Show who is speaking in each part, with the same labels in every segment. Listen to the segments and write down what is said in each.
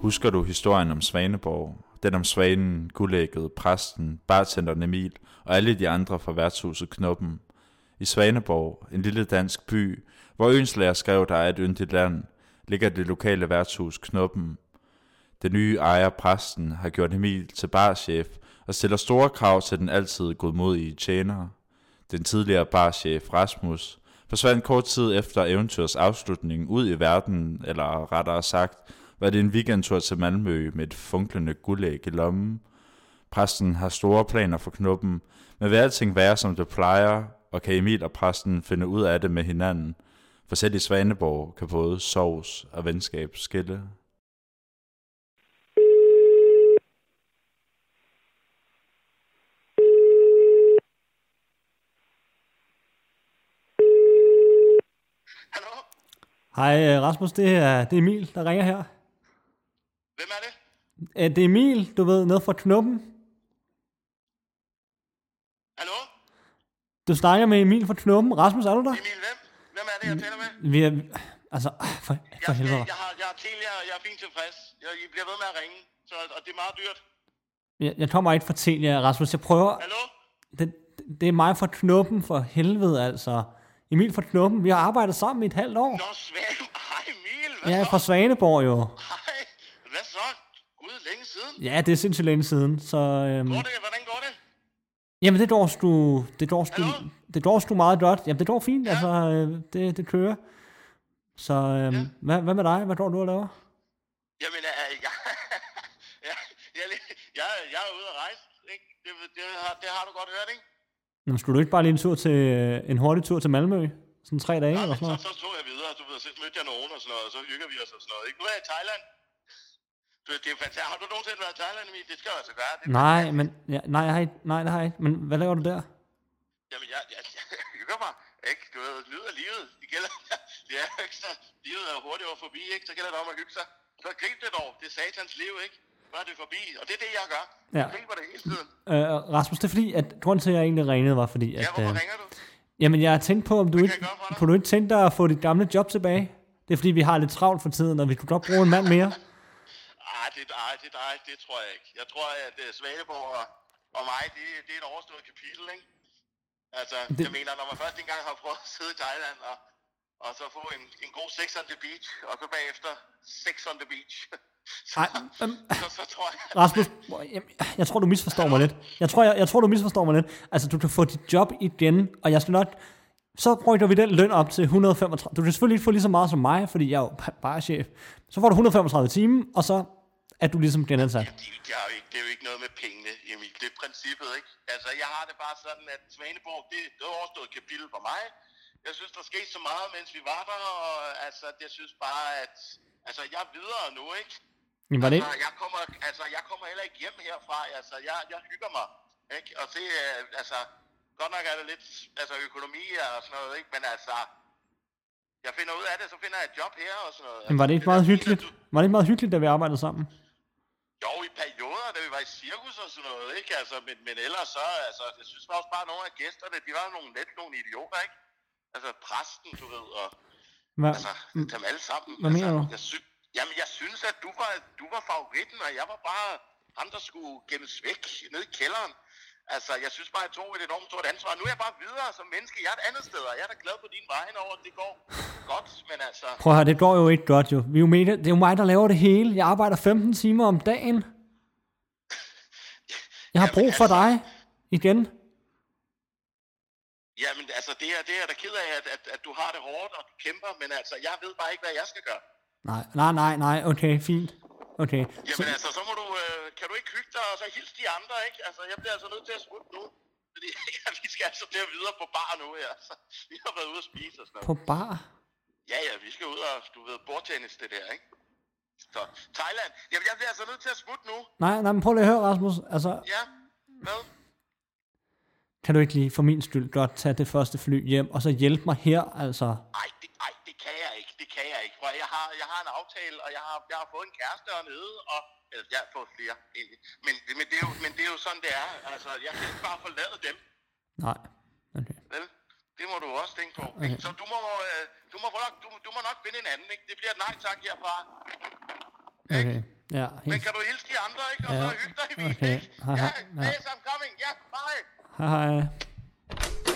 Speaker 1: Husker du historien om Svaneborg? Den om svanen, guldægget, præsten, bartenderen Emil og alle de andre fra værtshuset Knoppen. I Svaneborg, en lille dansk by, hvor Ønslager skrev, der er et yndigt land, ligger det lokale værtshus Knoppen. Den nye ejer, præsten, har gjort Emil til barchef og stiller store krav til den altid godmodige tjener. Den tidligere barchef Rasmus forsvandt kort tid efter eventyrets afslutning ud i verden, eller rettere sagt, var det en weekendtur til Malmø med et funklende guldæg i lommen. Præsten har store planer for knuppen, men vil alting være som det plejer, og kan Emil og præsten finde ud af det med hinanden, for selv i Svaneborg kan både sovs og venskab skille.
Speaker 2: Hallo?
Speaker 3: Hej øh, Rasmus, det er, det er Emil, der ringer her.
Speaker 2: Hvem er det?
Speaker 3: Øh, Det er Emil, du ved, nede fra Knuppen.
Speaker 2: Hallo?
Speaker 3: Du snakker med Emil fra Knuppen. Rasmus, er du der?
Speaker 2: Emil, hvem? Hvem er det, jeg taler med?
Speaker 3: Vi er, altså, for, for
Speaker 2: Jeg,
Speaker 3: helvede.
Speaker 2: jeg, har, jeg er Telia, og jeg er fint tilfreds. Jeg, I bliver ved med at ringe, så, og det er meget dyrt.
Speaker 3: Jeg, jeg kommer ikke fra Telia, Rasmus. Jeg prøver...
Speaker 2: Hallo?
Speaker 3: Det, det er mig fra Knuppen, for helvede, altså. Emil fra Knuppen, vi har arbejdet sammen i et halvt år.
Speaker 2: Nå, Svend. Hej, Emil. Hvad
Speaker 3: Jeg er
Speaker 2: så?
Speaker 3: fra Svaneborg jo.
Speaker 2: Hej. Hvad så? Gud, længe siden.
Speaker 3: Ja, det er sindssygt længe siden, så... Øhm,
Speaker 2: Går det? Hvordan går det?
Speaker 3: jamen, det går sgu... Det går sgu...
Speaker 2: Hallo?
Speaker 3: Det går sgu meget godt. Jamen, det går fint, altså. Øh, det, det kører. Så øhm, ja. hvad, hvad med dig? Hvad går du og laver?
Speaker 2: Jamen, jeg, jeg, jeg, jeg, jeg, jeg er ude at rejse. Ikke? Det, det, har, det har du godt hørt, ikke?
Speaker 3: Nå, skulle du ikke bare lige en tur til... øh, En hurtig tur til Malmø? Sådan tre dage
Speaker 2: Ja,
Speaker 3: eller
Speaker 2: men
Speaker 3: sådan
Speaker 2: så,
Speaker 3: noget?
Speaker 2: så tog jeg videre, du ved, så mødte jeg nogen og sådan noget, og så hygger vi os og sådan noget. Ikke? Nu er jeg i Thailand. Du, ved, det er fantastisk. Har du nogensinde været i Thailand, Emil? Det skal jeg altså gøre. Det er
Speaker 3: Nej, men... Ja, nej, jeg har ikke, nej, det har jeg ikke. Men hvad laver du der?
Speaker 2: Jamen, jeg, jeg, jeg hygger mig, ikke? Du ved, nyder livet. Det gælder, det er jo ikke så, livet er jo hurtigt over forbi, ikke? Så gælder det om at hygge sig. Så grib det dog, det er satans liv, ikke? Bare det er forbi, og det er det, jeg gør.
Speaker 3: Ja.
Speaker 2: Jeg griber det hele tiden.
Speaker 3: Øh, Rasmus, det er fordi, at grunden til, at jeg egentlig ringede, var fordi, at...
Speaker 2: Ja, hvorfor
Speaker 3: øh,
Speaker 2: ringer du?
Speaker 3: Jamen, jeg har tænkt på, om du ikke,
Speaker 2: jeg gøre for dig?
Speaker 3: kunne du ikke tænke dig at få dit gamle job tilbage? Det er fordi, vi har lidt travlt for tiden, og vi kunne godt bruge en mand mere.
Speaker 2: Ej, det, ej, det, ej, det tror jeg ikke. Jeg tror, at uh, Svaneborg og, og mig, det, det er et overstået kapitel, ikke? Altså, det...
Speaker 3: Det-
Speaker 2: jeg mener, når man først engang har prøvet at sidde i Thailand og, og så få en, en god sex on the beach, og så bagefter sex on the beach, så,
Speaker 3: Ej, øhm,
Speaker 2: så, så tror jeg...
Speaker 3: Rasmus, jeg, jeg tror, du misforstår mig lidt. Jeg tror, jeg, jeg tror, du misforstår mig lidt. Altså, du kan få dit job igen, og jeg skal nok... Så prøver vi den løn op til 135. Du kan selvfølgelig ikke få lige så meget som mig, fordi jeg er jo bare chef. Så får du 135 timer, og så er du ligesom genansat.
Speaker 2: Det, det, er jo ikke, det er jo ikke noget med pengene, Emil. Det er princippet, ikke? Altså, jeg har det bare sådan, at Svaneborg, det, det er overstået kapitel for mig. Jeg synes, der skete så meget, mens vi var der, og altså, jeg synes bare, at... Altså, jeg er videre nu, ikke?
Speaker 3: Jamen, var det,
Speaker 2: Altså, jeg kommer, altså, jeg kommer heller ikke hjem herfra. Altså, jeg, jeg hygger mig, ikke? Og det, øh, altså, godt nok er det lidt, altså, økonomi og sådan noget, ikke? Men altså, jeg finder ud af det, så finder jeg et job her og sådan noget. Altså,
Speaker 3: jamen, var det ikke
Speaker 2: der
Speaker 3: meget
Speaker 2: fint, at
Speaker 3: hyggeligt?
Speaker 2: du-
Speaker 3: Var det ikke meget hyggeligt, da vi arbejdede sammen?
Speaker 2: jo, i perioder, da vi var i cirkus og sådan noget, ikke? Altså, men, men ellers så, altså, jeg synes også bare, at nogle af gæsterne, de var nogle lidt nogle idioter, ikke? Altså, præsten, du ved, og
Speaker 3: Hvad,
Speaker 2: altså, dem alle sammen.
Speaker 3: Mm. Hvad
Speaker 2: altså,
Speaker 3: mener du?
Speaker 2: Jeg sy- Jamen, jeg synes, at du var, du var favoritten, og jeg var bare ham, der skulle gemmes væk ned i kælderen. Altså, jeg synes bare, jeg tog et enormt stort ansvar. Nu er jeg bare videre som menneske. Jeg er et andet sted, og jeg er da glad på din vej over, at det går godt, men altså...
Speaker 3: Prøv at høre, det går jo ikke godt jo. Vi er jo mega, det er jo mig, der laver det hele. Jeg arbejder 15 timer om dagen. Jeg har
Speaker 2: Jamen,
Speaker 3: brug for
Speaker 2: altså-
Speaker 3: dig igen.
Speaker 2: Jamen, altså, det er, det er jeg da ked af, at, at, at du har det hårdt, og du kæmper, men altså, jeg ved bare ikke, hvad jeg skal gøre.
Speaker 3: Nej, nej, nej, nej. Okay, fint. Okay. Så,
Speaker 2: Jamen, altså, så må du, øh, kan du ikke hygge dig, og så hilse de andre, ikke? Altså, jeg bliver altså nødt til at smutte nu, fordi vi skal altså der videre på bar nu her. Altså, vi har været ude at spise og sådan noget.
Speaker 3: på bar.
Speaker 2: Ja, ja, vi skal ud og, du ved, bordtennis, det der, ikke? Så, Thailand. Jamen, jeg bliver altså nødt til at smutte nu.
Speaker 3: Nej, nej, men prøv lige at høre, Rasmus. Altså,
Speaker 2: Ja, hvad?
Speaker 3: kan du ikke lige for min skyld godt tage det første fly hjem, og så hjælpe mig her, altså?
Speaker 2: Ej, det, ej, det kan jeg ikke. Det kan jeg ikke. Prøv, at- jeg har, jeg har en aftale, og jeg har, jeg har fået en kæreste hernede, og eller, jeg har fået flere egentlig. Men, men, det er jo, men det er jo sådan, det er. Altså, jeg kan ikke bare forlade dem,
Speaker 3: Nej. Okay.
Speaker 2: vel? Det må du også tænke på. ikke? Så du må, øh, du, må, nok- du, du må nok finde en anden, ikke? Det bliver et nej tak herfra.
Speaker 3: Okay. Ja,
Speaker 2: Men
Speaker 3: helt.
Speaker 2: kan du hilse de andre, ikke? Og
Speaker 3: Ja.
Speaker 2: så hygge dig i bilen,
Speaker 3: Okay.
Speaker 2: ikke?
Speaker 3: Ha, ha,
Speaker 2: Ja,
Speaker 3: ja.
Speaker 2: yes, I'm coming. Ja, bye.
Speaker 3: Hej, hej.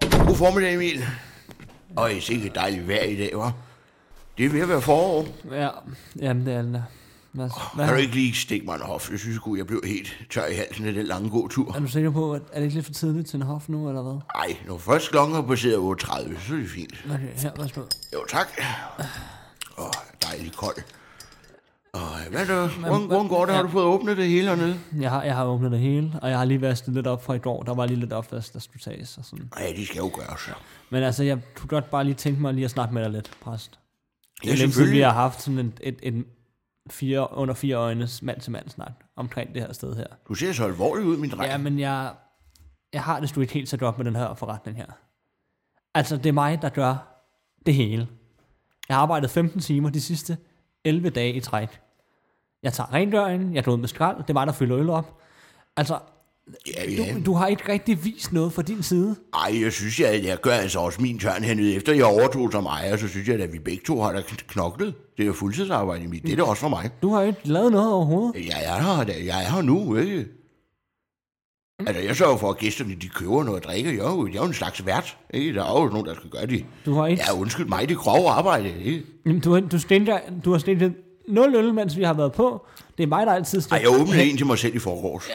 Speaker 4: God formiddag, Emil. Og det er sikkert dejligt vejr i dag, hva'? Det er ved at være forår.
Speaker 3: Ja, jamen det er den der. Mads, hvad,
Speaker 4: Kan du ikke lige stikke mig en hof? Jeg synes sgu, jeg blev helt tør i halsen af den lange gåtur.
Speaker 3: er du sikker på, at er det ikke lidt for tidligt til en hof nu, eller hvad?
Speaker 4: Ej, når først klokken er passeret 8.30, så er det fint.
Speaker 3: Okay, her, værsgo.
Speaker 4: Jo, tak. Åh, dejligt koldt. Og hvad så? Hvordan, hvordan går det? Har du fået åbnet det hele hernede?
Speaker 3: Jeg har, jeg har åbnet det hele, og jeg har lige vasket lidt op fra i går. Der var lige lidt opvask, der skulle tages og sådan.
Speaker 4: Ja, det skal jo gøres.
Speaker 3: Men altså, jeg kunne godt bare lige tænke mig lige at snakke med dig lidt, præst. Det
Speaker 4: Ja,
Speaker 3: er længe siden, vi
Speaker 4: selvfølgelig.
Speaker 3: har haft sådan en, en, en fire, under fire øjnes mand til mand snak omkring det her sted her.
Speaker 4: Du ser så alvorlig ud, min dreng.
Speaker 3: Ja, men jeg, jeg har det sgu ikke helt så godt med den her forretning her. Altså, det er mig, der gør det hele. Jeg har arbejdet 15 timer de sidste 11 dage i træk. Jeg tager rengøringen, jeg går ud med skrald, det er mig, der fylder øl op. Altså,
Speaker 4: ja, ja.
Speaker 3: du, du har ikke rigtig vist noget fra din side.
Speaker 4: Ej, jeg synes, jeg, jeg gør altså også min tørn hernede. Efter jeg overtog som ejer, så synes jeg, at vi begge to har da kn- knoklet. Det er jo fuldtidsarbejde i mit. Det er det også for mig.
Speaker 3: Du har jo ikke lavet noget overhovedet.
Speaker 4: Jeg er her, da. jeg er her nu, ikke? Altså, jeg sørger for, at gæsterne de køber noget at drikke. Jeg er jo, jeg er jo en slags vært, ikke? Der er jo nogen, der skal gøre det.
Speaker 3: Du har ikke...
Speaker 4: Ja, undskyld mig, det er grove arbejde, ikke?
Speaker 3: Jamen, Du, har- du, stinker, du har stinket nul øl, mens vi har været på. Det er mig, der altid
Speaker 4: Ej,
Speaker 3: stinker.
Speaker 4: jeg åbnede en til mig selv i forgårs.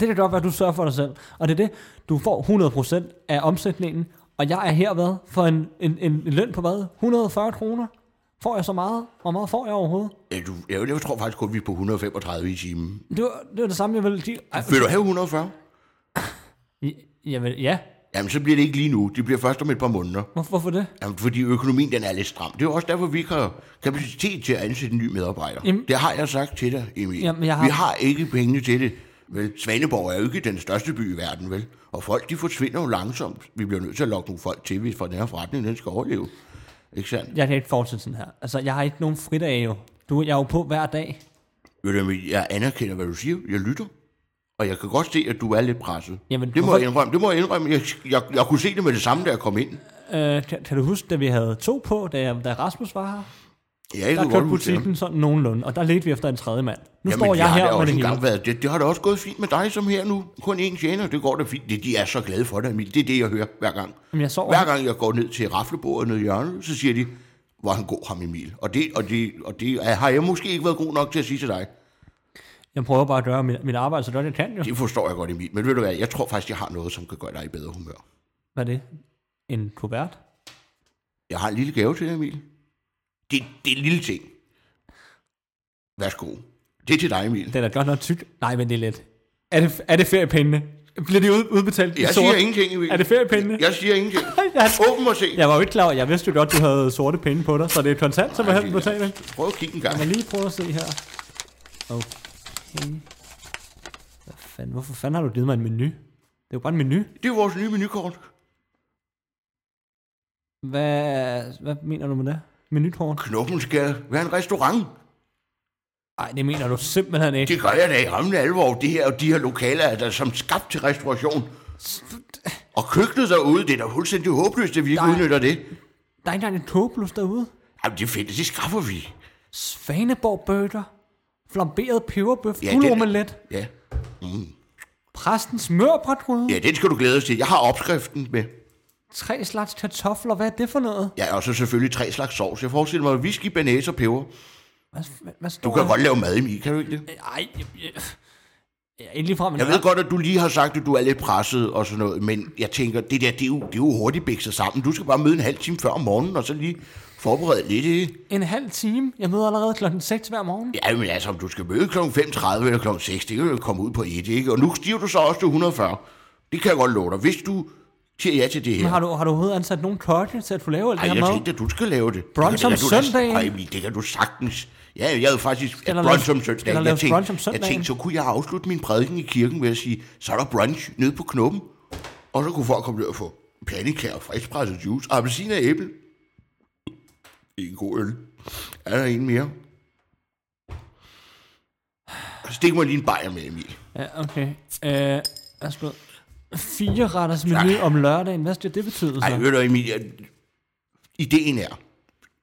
Speaker 3: Det kan godt være, at du sørger for dig selv. Og det er det, du får 100% af omsætningen, og jeg er her hvad? For en, en, en, en løn på hvad? 140 kroner? Får jeg så meget? Hvor meget får jeg overhovedet?
Speaker 4: Ja, du, jeg, jeg tror faktisk kun, vi er på 135 i timen.
Speaker 3: Det var det, var det samme, jeg ville sige. Ej,
Speaker 4: Vil du have 140?
Speaker 3: Jamen, ja.
Speaker 4: Jamen, så bliver det ikke lige nu. Det bliver først om et par måneder.
Speaker 3: Hvor, hvorfor det?
Speaker 4: Jamen, fordi økonomien den er lidt stram. Det er jo også derfor, vi ikke har kapacitet til at ansætte en ny medarbejder.
Speaker 3: Jamen-
Speaker 4: Jamen, det har jeg sagt til dig, Emil.
Speaker 3: Jamen, jeg har-
Speaker 4: Vi har ikke penge til det. Vel, Svaneborg er jo ikke den største by i verden, vel? Og folk, de forsvinder jo langsomt. Vi bliver nødt til at lokke nogle folk til, hvis for den her forretning, den skal overleve. Ikke sandt?
Speaker 3: Jeg kan ikke fortsætte sådan her. Altså, jeg har ikke nogen fridage jo. Du, jeg er jo på hver dag.
Speaker 4: Ved du, Emil, jeg anerkender, hvad du siger. Jeg lytter. Og jeg kan godt se, at du er lidt presset.
Speaker 3: Jamen,
Speaker 4: det må
Speaker 3: hvorfor-
Speaker 4: jeg indrømme. Det må jeg indrømme. Jeg, jeg, jeg kunne se det med det samme, da jeg kom ind.
Speaker 3: Øh, kan, kan, du huske, da vi havde to på, da, jeg, da Rasmus var her?
Speaker 4: Jeg
Speaker 3: Der
Speaker 4: kan godt
Speaker 3: kørte
Speaker 4: huske det.
Speaker 3: butikken sådan nogenlunde, og der ledte vi efter en tredje mand. Nu
Speaker 4: Jamen,
Speaker 3: står
Speaker 4: det
Speaker 3: jeg
Speaker 4: har da
Speaker 3: her med
Speaker 4: også
Speaker 3: det hele.
Speaker 4: engang Været, det, det har da også gået fint med dig som her nu. Kun én tjener, det går da fint. Det, de er så glade for dig, Emil. Det er det, jeg hører hver gang.
Speaker 3: Jamen, jeg sover
Speaker 4: Hver
Speaker 3: her.
Speaker 4: gang jeg går ned til raflebordet nede i hjørnet, så siger de, hvor er han god ham, Emil. Og det, og det, og det er, har jeg måske ikke været god nok til at sige til dig.
Speaker 3: Jeg prøver bare at gøre mit, mit arbejde, så godt jeg kan jo.
Speaker 4: Det forstår jeg godt, Emil. Men ved du hvad, jeg tror faktisk, jeg har noget, som kan gøre dig i bedre humør.
Speaker 3: Hvad er det? En kuvert?
Speaker 4: Jeg har en lille gave til dig, Emil. Det, det er en lille ting. Værsgo. Det er til dig, Emil.
Speaker 3: Den er godt nok tyk. Nej, men det er let. Er det, er det feriepengene? Bliver de ud, udbetalt i
Speaker 4: Jeg
Speaker 3: sort?
Speaker 4: siger ingenting, Emil.
Speaker 3: Er det feriepengene?
Speaker 4: Jeg siger ingenting.
Speaker 3: Jeg,
Speaker 4: Åben og se.
Speaker 3: jeg var jo ikke klar over, jeg vidste jo godt, du havde sorte penge på dig, så det er kontant, som er
Speaker 4: det-
Speaker 3: betaling.
Speaker 4: Prøv at kigge en gang.
Speaker 3: Jeg lige prøve at se her. Okay. Hvad fanden, hvorfor fanden har du givet mig en menu? Det er jo bare en menu.
Speaker 4: Det er vores nye menukort.
Speaker 3: Hvad, hvad mener du med det? Menukort?
Speaker 4: Knoppen skal være en restaurant.
Speaker 3: Nej, det mener du simpelthen ikke.
Speaker 4: Det gør jeg da i rammende alvor. Det her, de her lokaler er der som skabt til restauration. Og køkkenet derude, det er da fuldstændig håbløst, at vi ikke
Speaker 3: Nej.
Speaker 4: udnytter det.
Speaker 3: Der er ikke engang en kogeblus derude.
Speaker 4: Jamen, det findes, det skaffer vi.
Speaker 3: Svaneborg burger. Flamberet peberbøf.
Speaker 4: Ja,
Speaker 3: Ja,
Speaker 4: den-
Speaker 3: Uldeomelet.
Speaker 4: Ja.
Speaker 3: Præstens smørbrætrude.
Speaker 4: ja, den skal du glæde os til. Jeg har opskriften med.
Speaker 3: Tre slags kartofler, hvad er det for noget?
Speaker 4: Ja, og så selvfølgelig tre slags sovs. Jeg forestiller mig whisky, banæs og peber.
Speaker 3: Hvad, hvad, hvad står
Speaker 4: Du kan
Speaker 3: der?
Speaker 4: godt lave mad i mig, kan du ikke det?
Speaker 3: Ej, jeg, jeg, jeg er ikke ligefrem en
Speaker 4: Jeg ved godt, at du lige har sagt, at du er lidt presset og sådan noget, men jeg tænker, det der, det er jo, det er jo hurtigt bikset sammen. Du skal bare møde en halv time før om morgenen, og så lige forberede lidt, ikke?
Speaker 3: En halv time. Jeg møder allerede klokken 6 hver morgen.
Speaker 4: Ja, men altså, om du skal møde kl. 5.30 eller kl. 6, det kan jo komme ud på et, ikke? Og nu stiger du så også til 140. Det kan jeg godt love dig. Hvis du siger ja til det her,
Speaker 3: Men har du, har du overhovedet ansat nogen kokke til at kunne lave alt
Speaker 4: ej,
Speaker 3: det her
Speaker 4: jeg
Speaker 3: mad?
Speaker 4: tænkte, at du skal lave det.
Speaker 3: Brunch om
Speaker 4: det kan du da-
Speaker 3: søndagen?
Speaker 4: Ej, men det kan du sagtens. Ja, jeg havde faktisk
Speaker 3: der
Speaker 4: ja, brunch
Speaker 3: laves-
Speaker 4: om
Speaker 3: skal der
Speaker 4: søndagen. Jeg
Speaker 3: laves
Speaker 4: tænkte,
Speaker 3: brunch om
Speaker 4: jeg
Speaker 3: søndagen?
Speaker 4: tænkte, så kunne jeg afslutte min prædiken i kirken ved at sige, så er der brunch nede på knoppen. Og så kunne folk komme ned og få pandekær og friskpresset juice, appelsin og æble. En god øl. Er der en mere? Stik mig lige en bajer med, Emil.
Speaker 3: Ja, okay. Øh, værsgo. Fire retters menu om lørdagen. Hvad skal det betyde så?
Speaker 4: Ej, ved du, Emil, jeg... ideen er,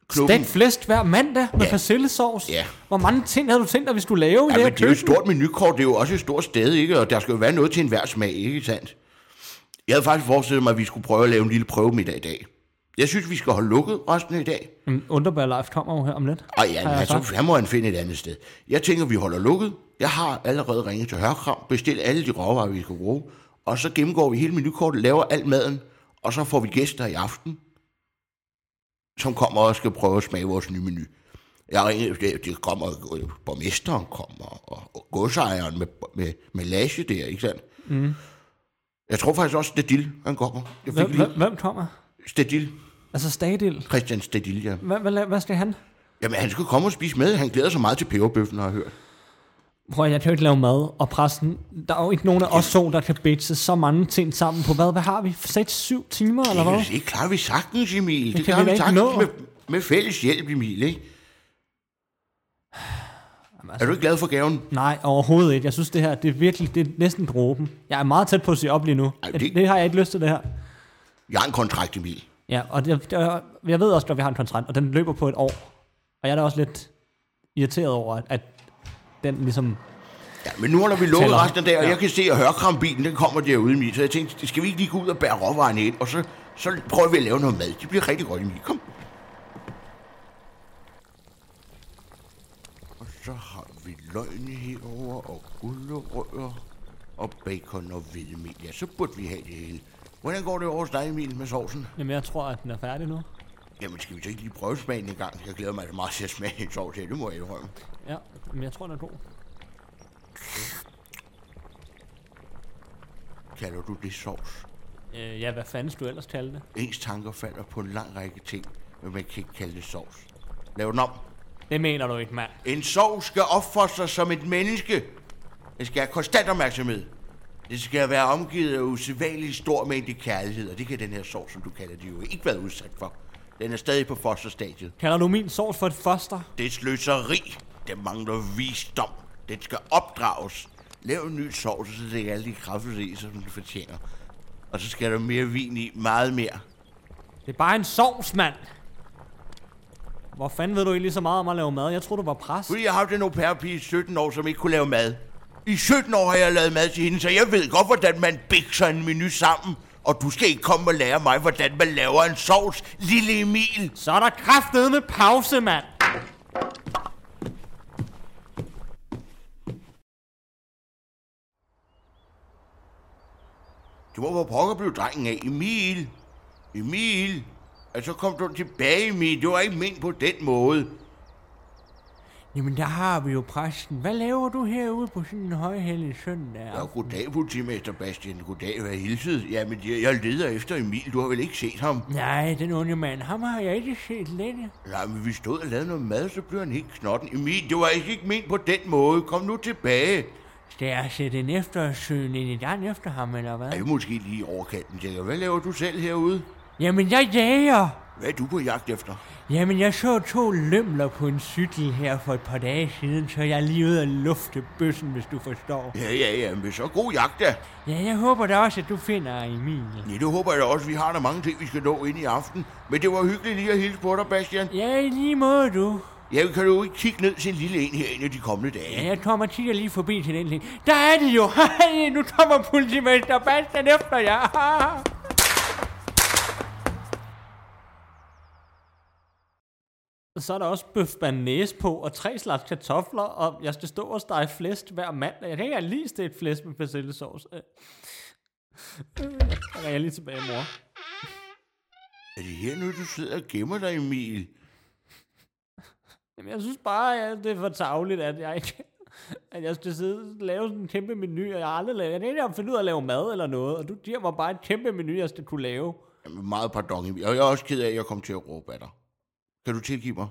Speaker 4: Knuppen.
Speaker 3: Stegt flæsk hver mandag med ja. persillesovs.
Speaker 4: Ja.
Speaker 3: Hvor mange ting havde du tænkt dig, vi skulle lave i
Speaker 4: Ja,
Speaker 3: det her
Speaker 4: men det er jo et
Speaker 3: køkken?
Speaker 4: stort menukort, det er jo også et stort sted, ikke? Og der skal jo være noget til enhver smag, ikke sandt? Jeg havde faktisk forestillet mig, at vi skulle prøve at lave en lille prøvemiddag i dag. Jeg synes, vi skal holde lukket resten af i dag.
Speaker 3: Mm, Underbær Life kommer jo her om lidt.
Speaker 4: Ej, ja,
Speaker 3: jeg
Speaker 4: altså, han må han finde et andet sted. Jeg tænker, vi holder lukket. Jeg har allerede ringet til Hørkram, bestilt alle de råvarer, vi skal bruge. Og så gennemgår vi hele menukortet, laver alt maden, og så får vi gæster i aften, som kommer og skal prøve at smage vores nye menu. Jeg har ringet, det, det kommer, øh, borgmesteren kommer, og, og godsejeren med, med, med lage der, ikke sandt? Mm. Jeg tror faktisk også, Stedil, han kommer. Jeg fik
Speaker 3: Hvem,
Speaker 4: lige,
Speaker 3: hvem, hvem kommer?
Speaker 4: Stedil,
Speaker 3: Altså Stadil.
Speaker 4: Christian Stedil, ja.
Speaker 3: Hvad, hvad, hvad skal han?
Speaker 4: Jamen, han skal komme og spise med. Han glæder sig meget til peberbøffen, har jeg hørt.
Speaker 3: Prøv at, jeg kan jo ikke lave mad, og præsten, der er jo ikke nogen af os to, der kan bitche så mange ting sammen på, hvad, hvad har vi, 6-7 timer, eller hvad?
Speaker 4: Det, det klarer vi sagtens, Emil. Det,
Speaker 3: kan
Speaker 4: det
Speaker 3: vi
Speaker 4: klarer
Speaker 3: da ikke
Speaker 4: vi sagtens
Speaker 3: nå.
Speaker 4: med, med fælles hjælp, Emil, ikke? Jamen,
Speaker 3: altså-
Speaker 4: er du ikke glad for gaven?
Speaker 3: Nej, overhovedet ikke. Jeg synes, det her, det er virkelig, det er næsten dråben. Jeg er meget tæt på at sige op lige nu. Ej, det...
Speaker 4: det-
Speaker 3: det... har jeg ikke lyst til, det her.
Speaker 4: Jeg har en kontrakt, Emil.
Speaker 3: Ja, og jeg, jeg, jeg ved også, at vi har en kontrakt, og den løber på et år. Og jeg er da også lidt irriteret over, at, at den ligesom...
Speaker 4: Ja, men nu holder vi lukket
Speaker 3: Tæller.
Speaker 4: resten af dagen, og
Speaker 3: Ja.
Speaker 4: jeg kan se, at hørekrambilen, den kommer derude, Emil. Så jeg tænkte, skal vi ikke lige gå ud og bære råvarerne ind, og så, så prøver vi at lave noget mad. Det bliver rigtig godt, Emil. Kom. Og så har vi løgne herover og gulerødder og bacon og hvidemel. Ja, så burde vi have det hele. Hvordan går det over hos dig, Emil, med sovsen?
Speaker 3: Jamen, jeg tror, at den er færdig nu.
Speaker 4: Jamen, skal vi så ikke lige prøve smagen en gang? Jeg glæder mig altså meget til at smage en sovs her, det må jeg indrømme.
Speaker 3: Ja, men jeg tror, den er god.
Speaker 4: Kalder du det sovs?
Speaker 3: Øh, ja, hvad fanden skulle du ellers kalde det?
Speaker 4: Ens tanker falder på en lang række ting, men man kan ikke kalde det sovs. Lav den om.
Speaker 3: Det mener du ikke, mand.
Speaker 4: En sovs skal opfostre sig som et menneske. Det skal have konstant opmærksomhed. Det skal være omgivet af usædvanlig stor mængde kærlighed, og det kan den her sovs, som du kalder det, jo ikke være udsat for. Den er stadig på fosterstadiet.
Speaker 3: Kalder du min sovs for et foster?
Speaker 4: Det er sløseri. Det mangler visdom. Den skal opdrages. Lav en ny sovs, så det er alle de kræfter i, som den fortjener. Og så skal der mere vin i. Meget mere.
Speaker 3: Det er bare en sovs, mand. Hvor fanden ved du egentlig så meget om at lave mad? Jeg tror du var præst.
Speaker 4: Fordi jeg har haft en au pair pige i 17 år, som ikke kunne lave mad. I 17 år har jeg lavet mad til hende, så jeg ved godt, hvordan man bikser en menu sammen. Og du skal ikke komme og lære mig, hvordan man laver en sovs, lille Emil.
Speaker 3: Så er der kraftede med pause, mand.
Speaker 4: Du må hvor pokker blev drengen af, Emil. Emil. Og så kom du tilbage, Emil. Det var ikke ment på den måde.
Speaker 3: Jamen, der har vi jo præsten. Hvad laver du herude på sådan en højhellig søndag?
Speaker 4: Ja, goddag, politimester Bastian. Goddag, hvad hilsede. Jamen, jeg, jeg leder efter Emil. Du har vel ikke set ham?
Speaker 3: Nej, den onde mand, ham har jeg ikke set længe.
Speaker 4: Nej, men vi stod og lavede noget mad, så blev han helt knotten. Emil, det var ikke ikke ment på den måde. Kom nu tilbage.
Speaker 3: Skal jeg sætte en eftersøgning i gang efter ham, eller hvad?
Speaker 4: Er du måske lige i overkanten, tænker jeg. Hvad laver du selv herude?
Speaker 3: Jamen, jeg jager.
Speaker 4: Hvad er du på jagt efter?
Speaker 3: Jamen, jeg så to lømler på en cykel her for et par dage siden, så jeg er lige ude at lufte bøssen, hvis du forstår.
Speaker 4: Ja, ja, ja, men så god jagt da.
Speaker 3: Ja, jeg håber da også, at du finder Emil.
Speaker 4: Ja, det håber jeg da også. Vi har der mange ting, vi skal nå ind i aften. Men det var hyggeligt lige at hilse på dig, Bastian.
Speaker 3: Ja, i lige måde, du.
Speaker 4: Ja, kan du ikke kigge ned til en lille en herinde de kommende dage?
Speaker 3: Ja, jeg kommer og kigger lige forbi til den ting. Der er de jo! Hej, nu kommer politimester Bastian efter jer! Så er der også bøf banæs på, og tre slags kartofler, og jeg skal stå og stege flæsk hver mandag. Jeg kan ikke engang lige stegt flæsk med persillesauce. Øh. Øh, Der ringer jeg lige tilbage, mor.
Speaker 4: Er det her nu, du sidder og gemmer dig, Emil?
Speaker 3: Jamen, jeg synes bare, at det er for tavligt, at jeg ikke at jeg skal sidde og lave sådan en kæmpe menu, og jeg har aldrig lavet, jeg kan ikke engang finde ud af at lave mad eller noget, og du giver mig bare et kæmpe menu, jeg skal kunne lave.
Speaker 4: Jamen, meget pardon, Emil. Og jeg er også ked af, at jeg kom til at råbe af dig. Kan du tilgive mig?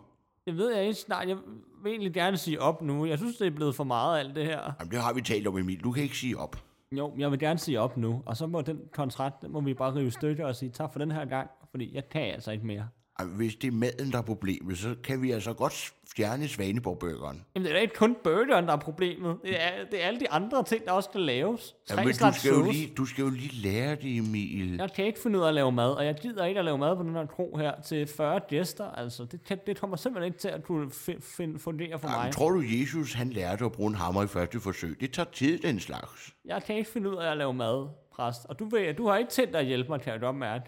Speaker 3: Det ved jeg ikke snart, jeg vil egentlig gerne sige op nu, jeg synes, det er blevet for meget alt det her.
Speaker 4: Jamen, det har vi talt om, Emil. Du kan ikke sige op.
Speaker 3: Jo, jeg vil gerne sige op nu, og så må den kontrakt, den må vi bare rive i stykker og sige tak for den her gang, fordi jeg kan altså ikke mere.
Speaker 4: Ej, Hvis det er maden, der er problemet, så kan vi altså godt fjerne Svaneborg-burgeren.
Speaker 3: Jamen, det er da ikke kun burgeren, der er problemet. Det er, det er alle de andre ting, der også skal laves. Tre
Speaker 4: Jamen, du
Speaker 3: slags
Speaker 4: skal, jo
Speaker 3: sauce.
Speaker 4: lige, du skal jo lige lære det, Emil.
Speaker 3: Jeg kan ikke finde ud af at lave mad, og jeg gider ikke at lave mad på den her kro her til 40 gæster. Altså, det, kan- det kommer simpelthen ikke til at kunne fi- fin- fundere for mig.
Speaker 4: Jamen, tror du, Jesus han lærte at bruge en hammer i første forsøg? Det tager tid, den slags.
Speaker 3: Jeg kan ikke finde ud af at lave mad, præst. Og du, ved, du har ikke tænkt dig at hjælpe mig, kan jeg godt mærke.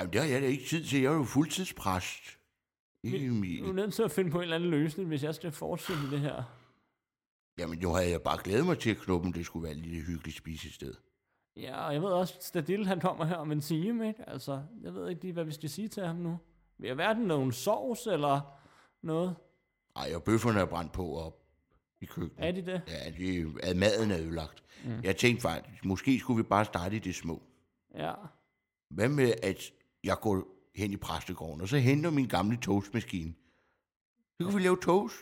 Speaker 4: Jamen, det har jeg da ikke tid til. Jeg er jo fuldtidspræst. Ikke,
Speaker 3: Du er
Speaker 4: Emil.
Speaker 3: nødt til at finde på en eller anden løsning, hvis jeg skal fortsætte i det her.
Speaker 4: Jamen, nu havde jeg bare glædet mig til, at knuppen det skulle være et lille hyggeligt spisested.
Speaker 3: Ja, og jeg ved også, at Stadil han kommer her om en time, ikke? Altså, jeg ved ikke lige, hvad vi skal sige til ham nu. Vil jeg være den nogen sovs eller noget?
Speaker 4: Ej, og bøfferne er brændt på op i køkkenet.
Speaker 3: Er de det?
Speaker 4: Ja, det, at maden er ødelagt. Mm. Jeg tænkte faktisk, måske skulle vi bare starte i det små.
Speaker 3: Ja.
Speaker 4: Hvad med, at jeg går hen i præstegården, og så henter min gamle toastmaskine. Så kan vi lave toast.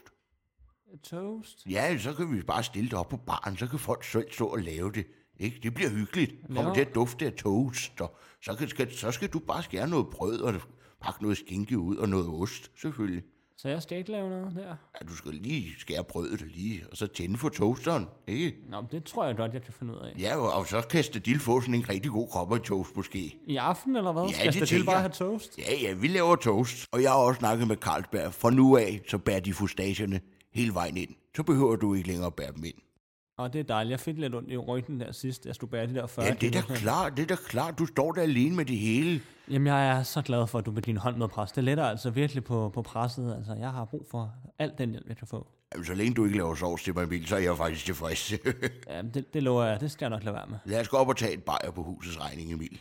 Speaker 3: Toast?
Speaker 4: Ja, så kan vi bare stille det op på baren, så kan folk selv stå og lave det. Ikke? Det bliver hyggeligt. Kommer
Speaker 3: Laver-
Speaker 4: til at dufte af toast, og så, kan, skal, så skal du bare skære noget brød, og pakke noget skinke ud, og noget ost, selvfølgelig.
Speaker 3: Så jeg skal ikke lave noget der?
Speaker 4: Ja, du skal lige skære brødet lige, og så tænde for toasteren, ikke?
Speaker 3: Nå, men det tror jeg godt, jeg kan finde ud af.
Speaker 4: Ja, og, og så kan Stadil få sådan en rigtig god kop af toast, måske.
Speaker 3: I aften, eller hvad?
Speaker 4: Ja,
Speaker 3: skal
Speaker 4: det
Speaker 3: Stadil
Speaker 4: tænker
Speaker 3: bare
Speaker 4: jeg.
Speaker 3: have toast?
Speaker 4: Ja, ja, vi laver toast. Og jeg har også snakket med Carlsberg. Fra nu af, så bærer de fustagerne hele vejen ind. Så behøver du ikke længere at bære dem ind.
Speaker 3: Og det er dejligt. Jeg fik lidt ondt i ryggen der sidst. Jeg skulle bære de der 40
Speaker 4: Ja, det er da
Speaker 3: kilo.
Speaker 4: klart, det er da klart. Du står der alene med det hele.
Speaker 3: Jamen, jeg er så glad for, at du med din hånd med pres. Det letter altså virkelig på, på presset. Altså, jeg har brug for alt den hjælp, jeg kan få.
Speaker 4: Jamen, så længe du ikke laver sovs til mig, Emil, så er jeg faktisk tilfreds.
Speaker 3: Jamen, det, det lover jeg. Det skal jeg nok lade være med.
Speaker 4: Lad os gå op og tage et bajer på husets regning, Emil.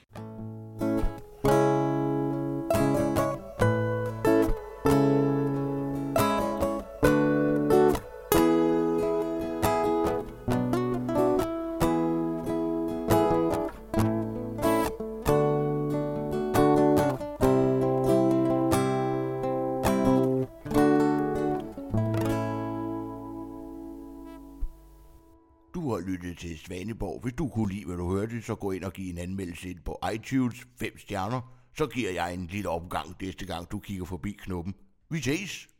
Speaker 4: Du har lyttet til Svaneborg. Hvis du kunne lide, hvad du hørte, så gå ind og giv en anmeldelse ind på iTunes 5 stjerner. Så giver jeg en lille omgang næste gang, du kigger forbi knuppen. Vi ses!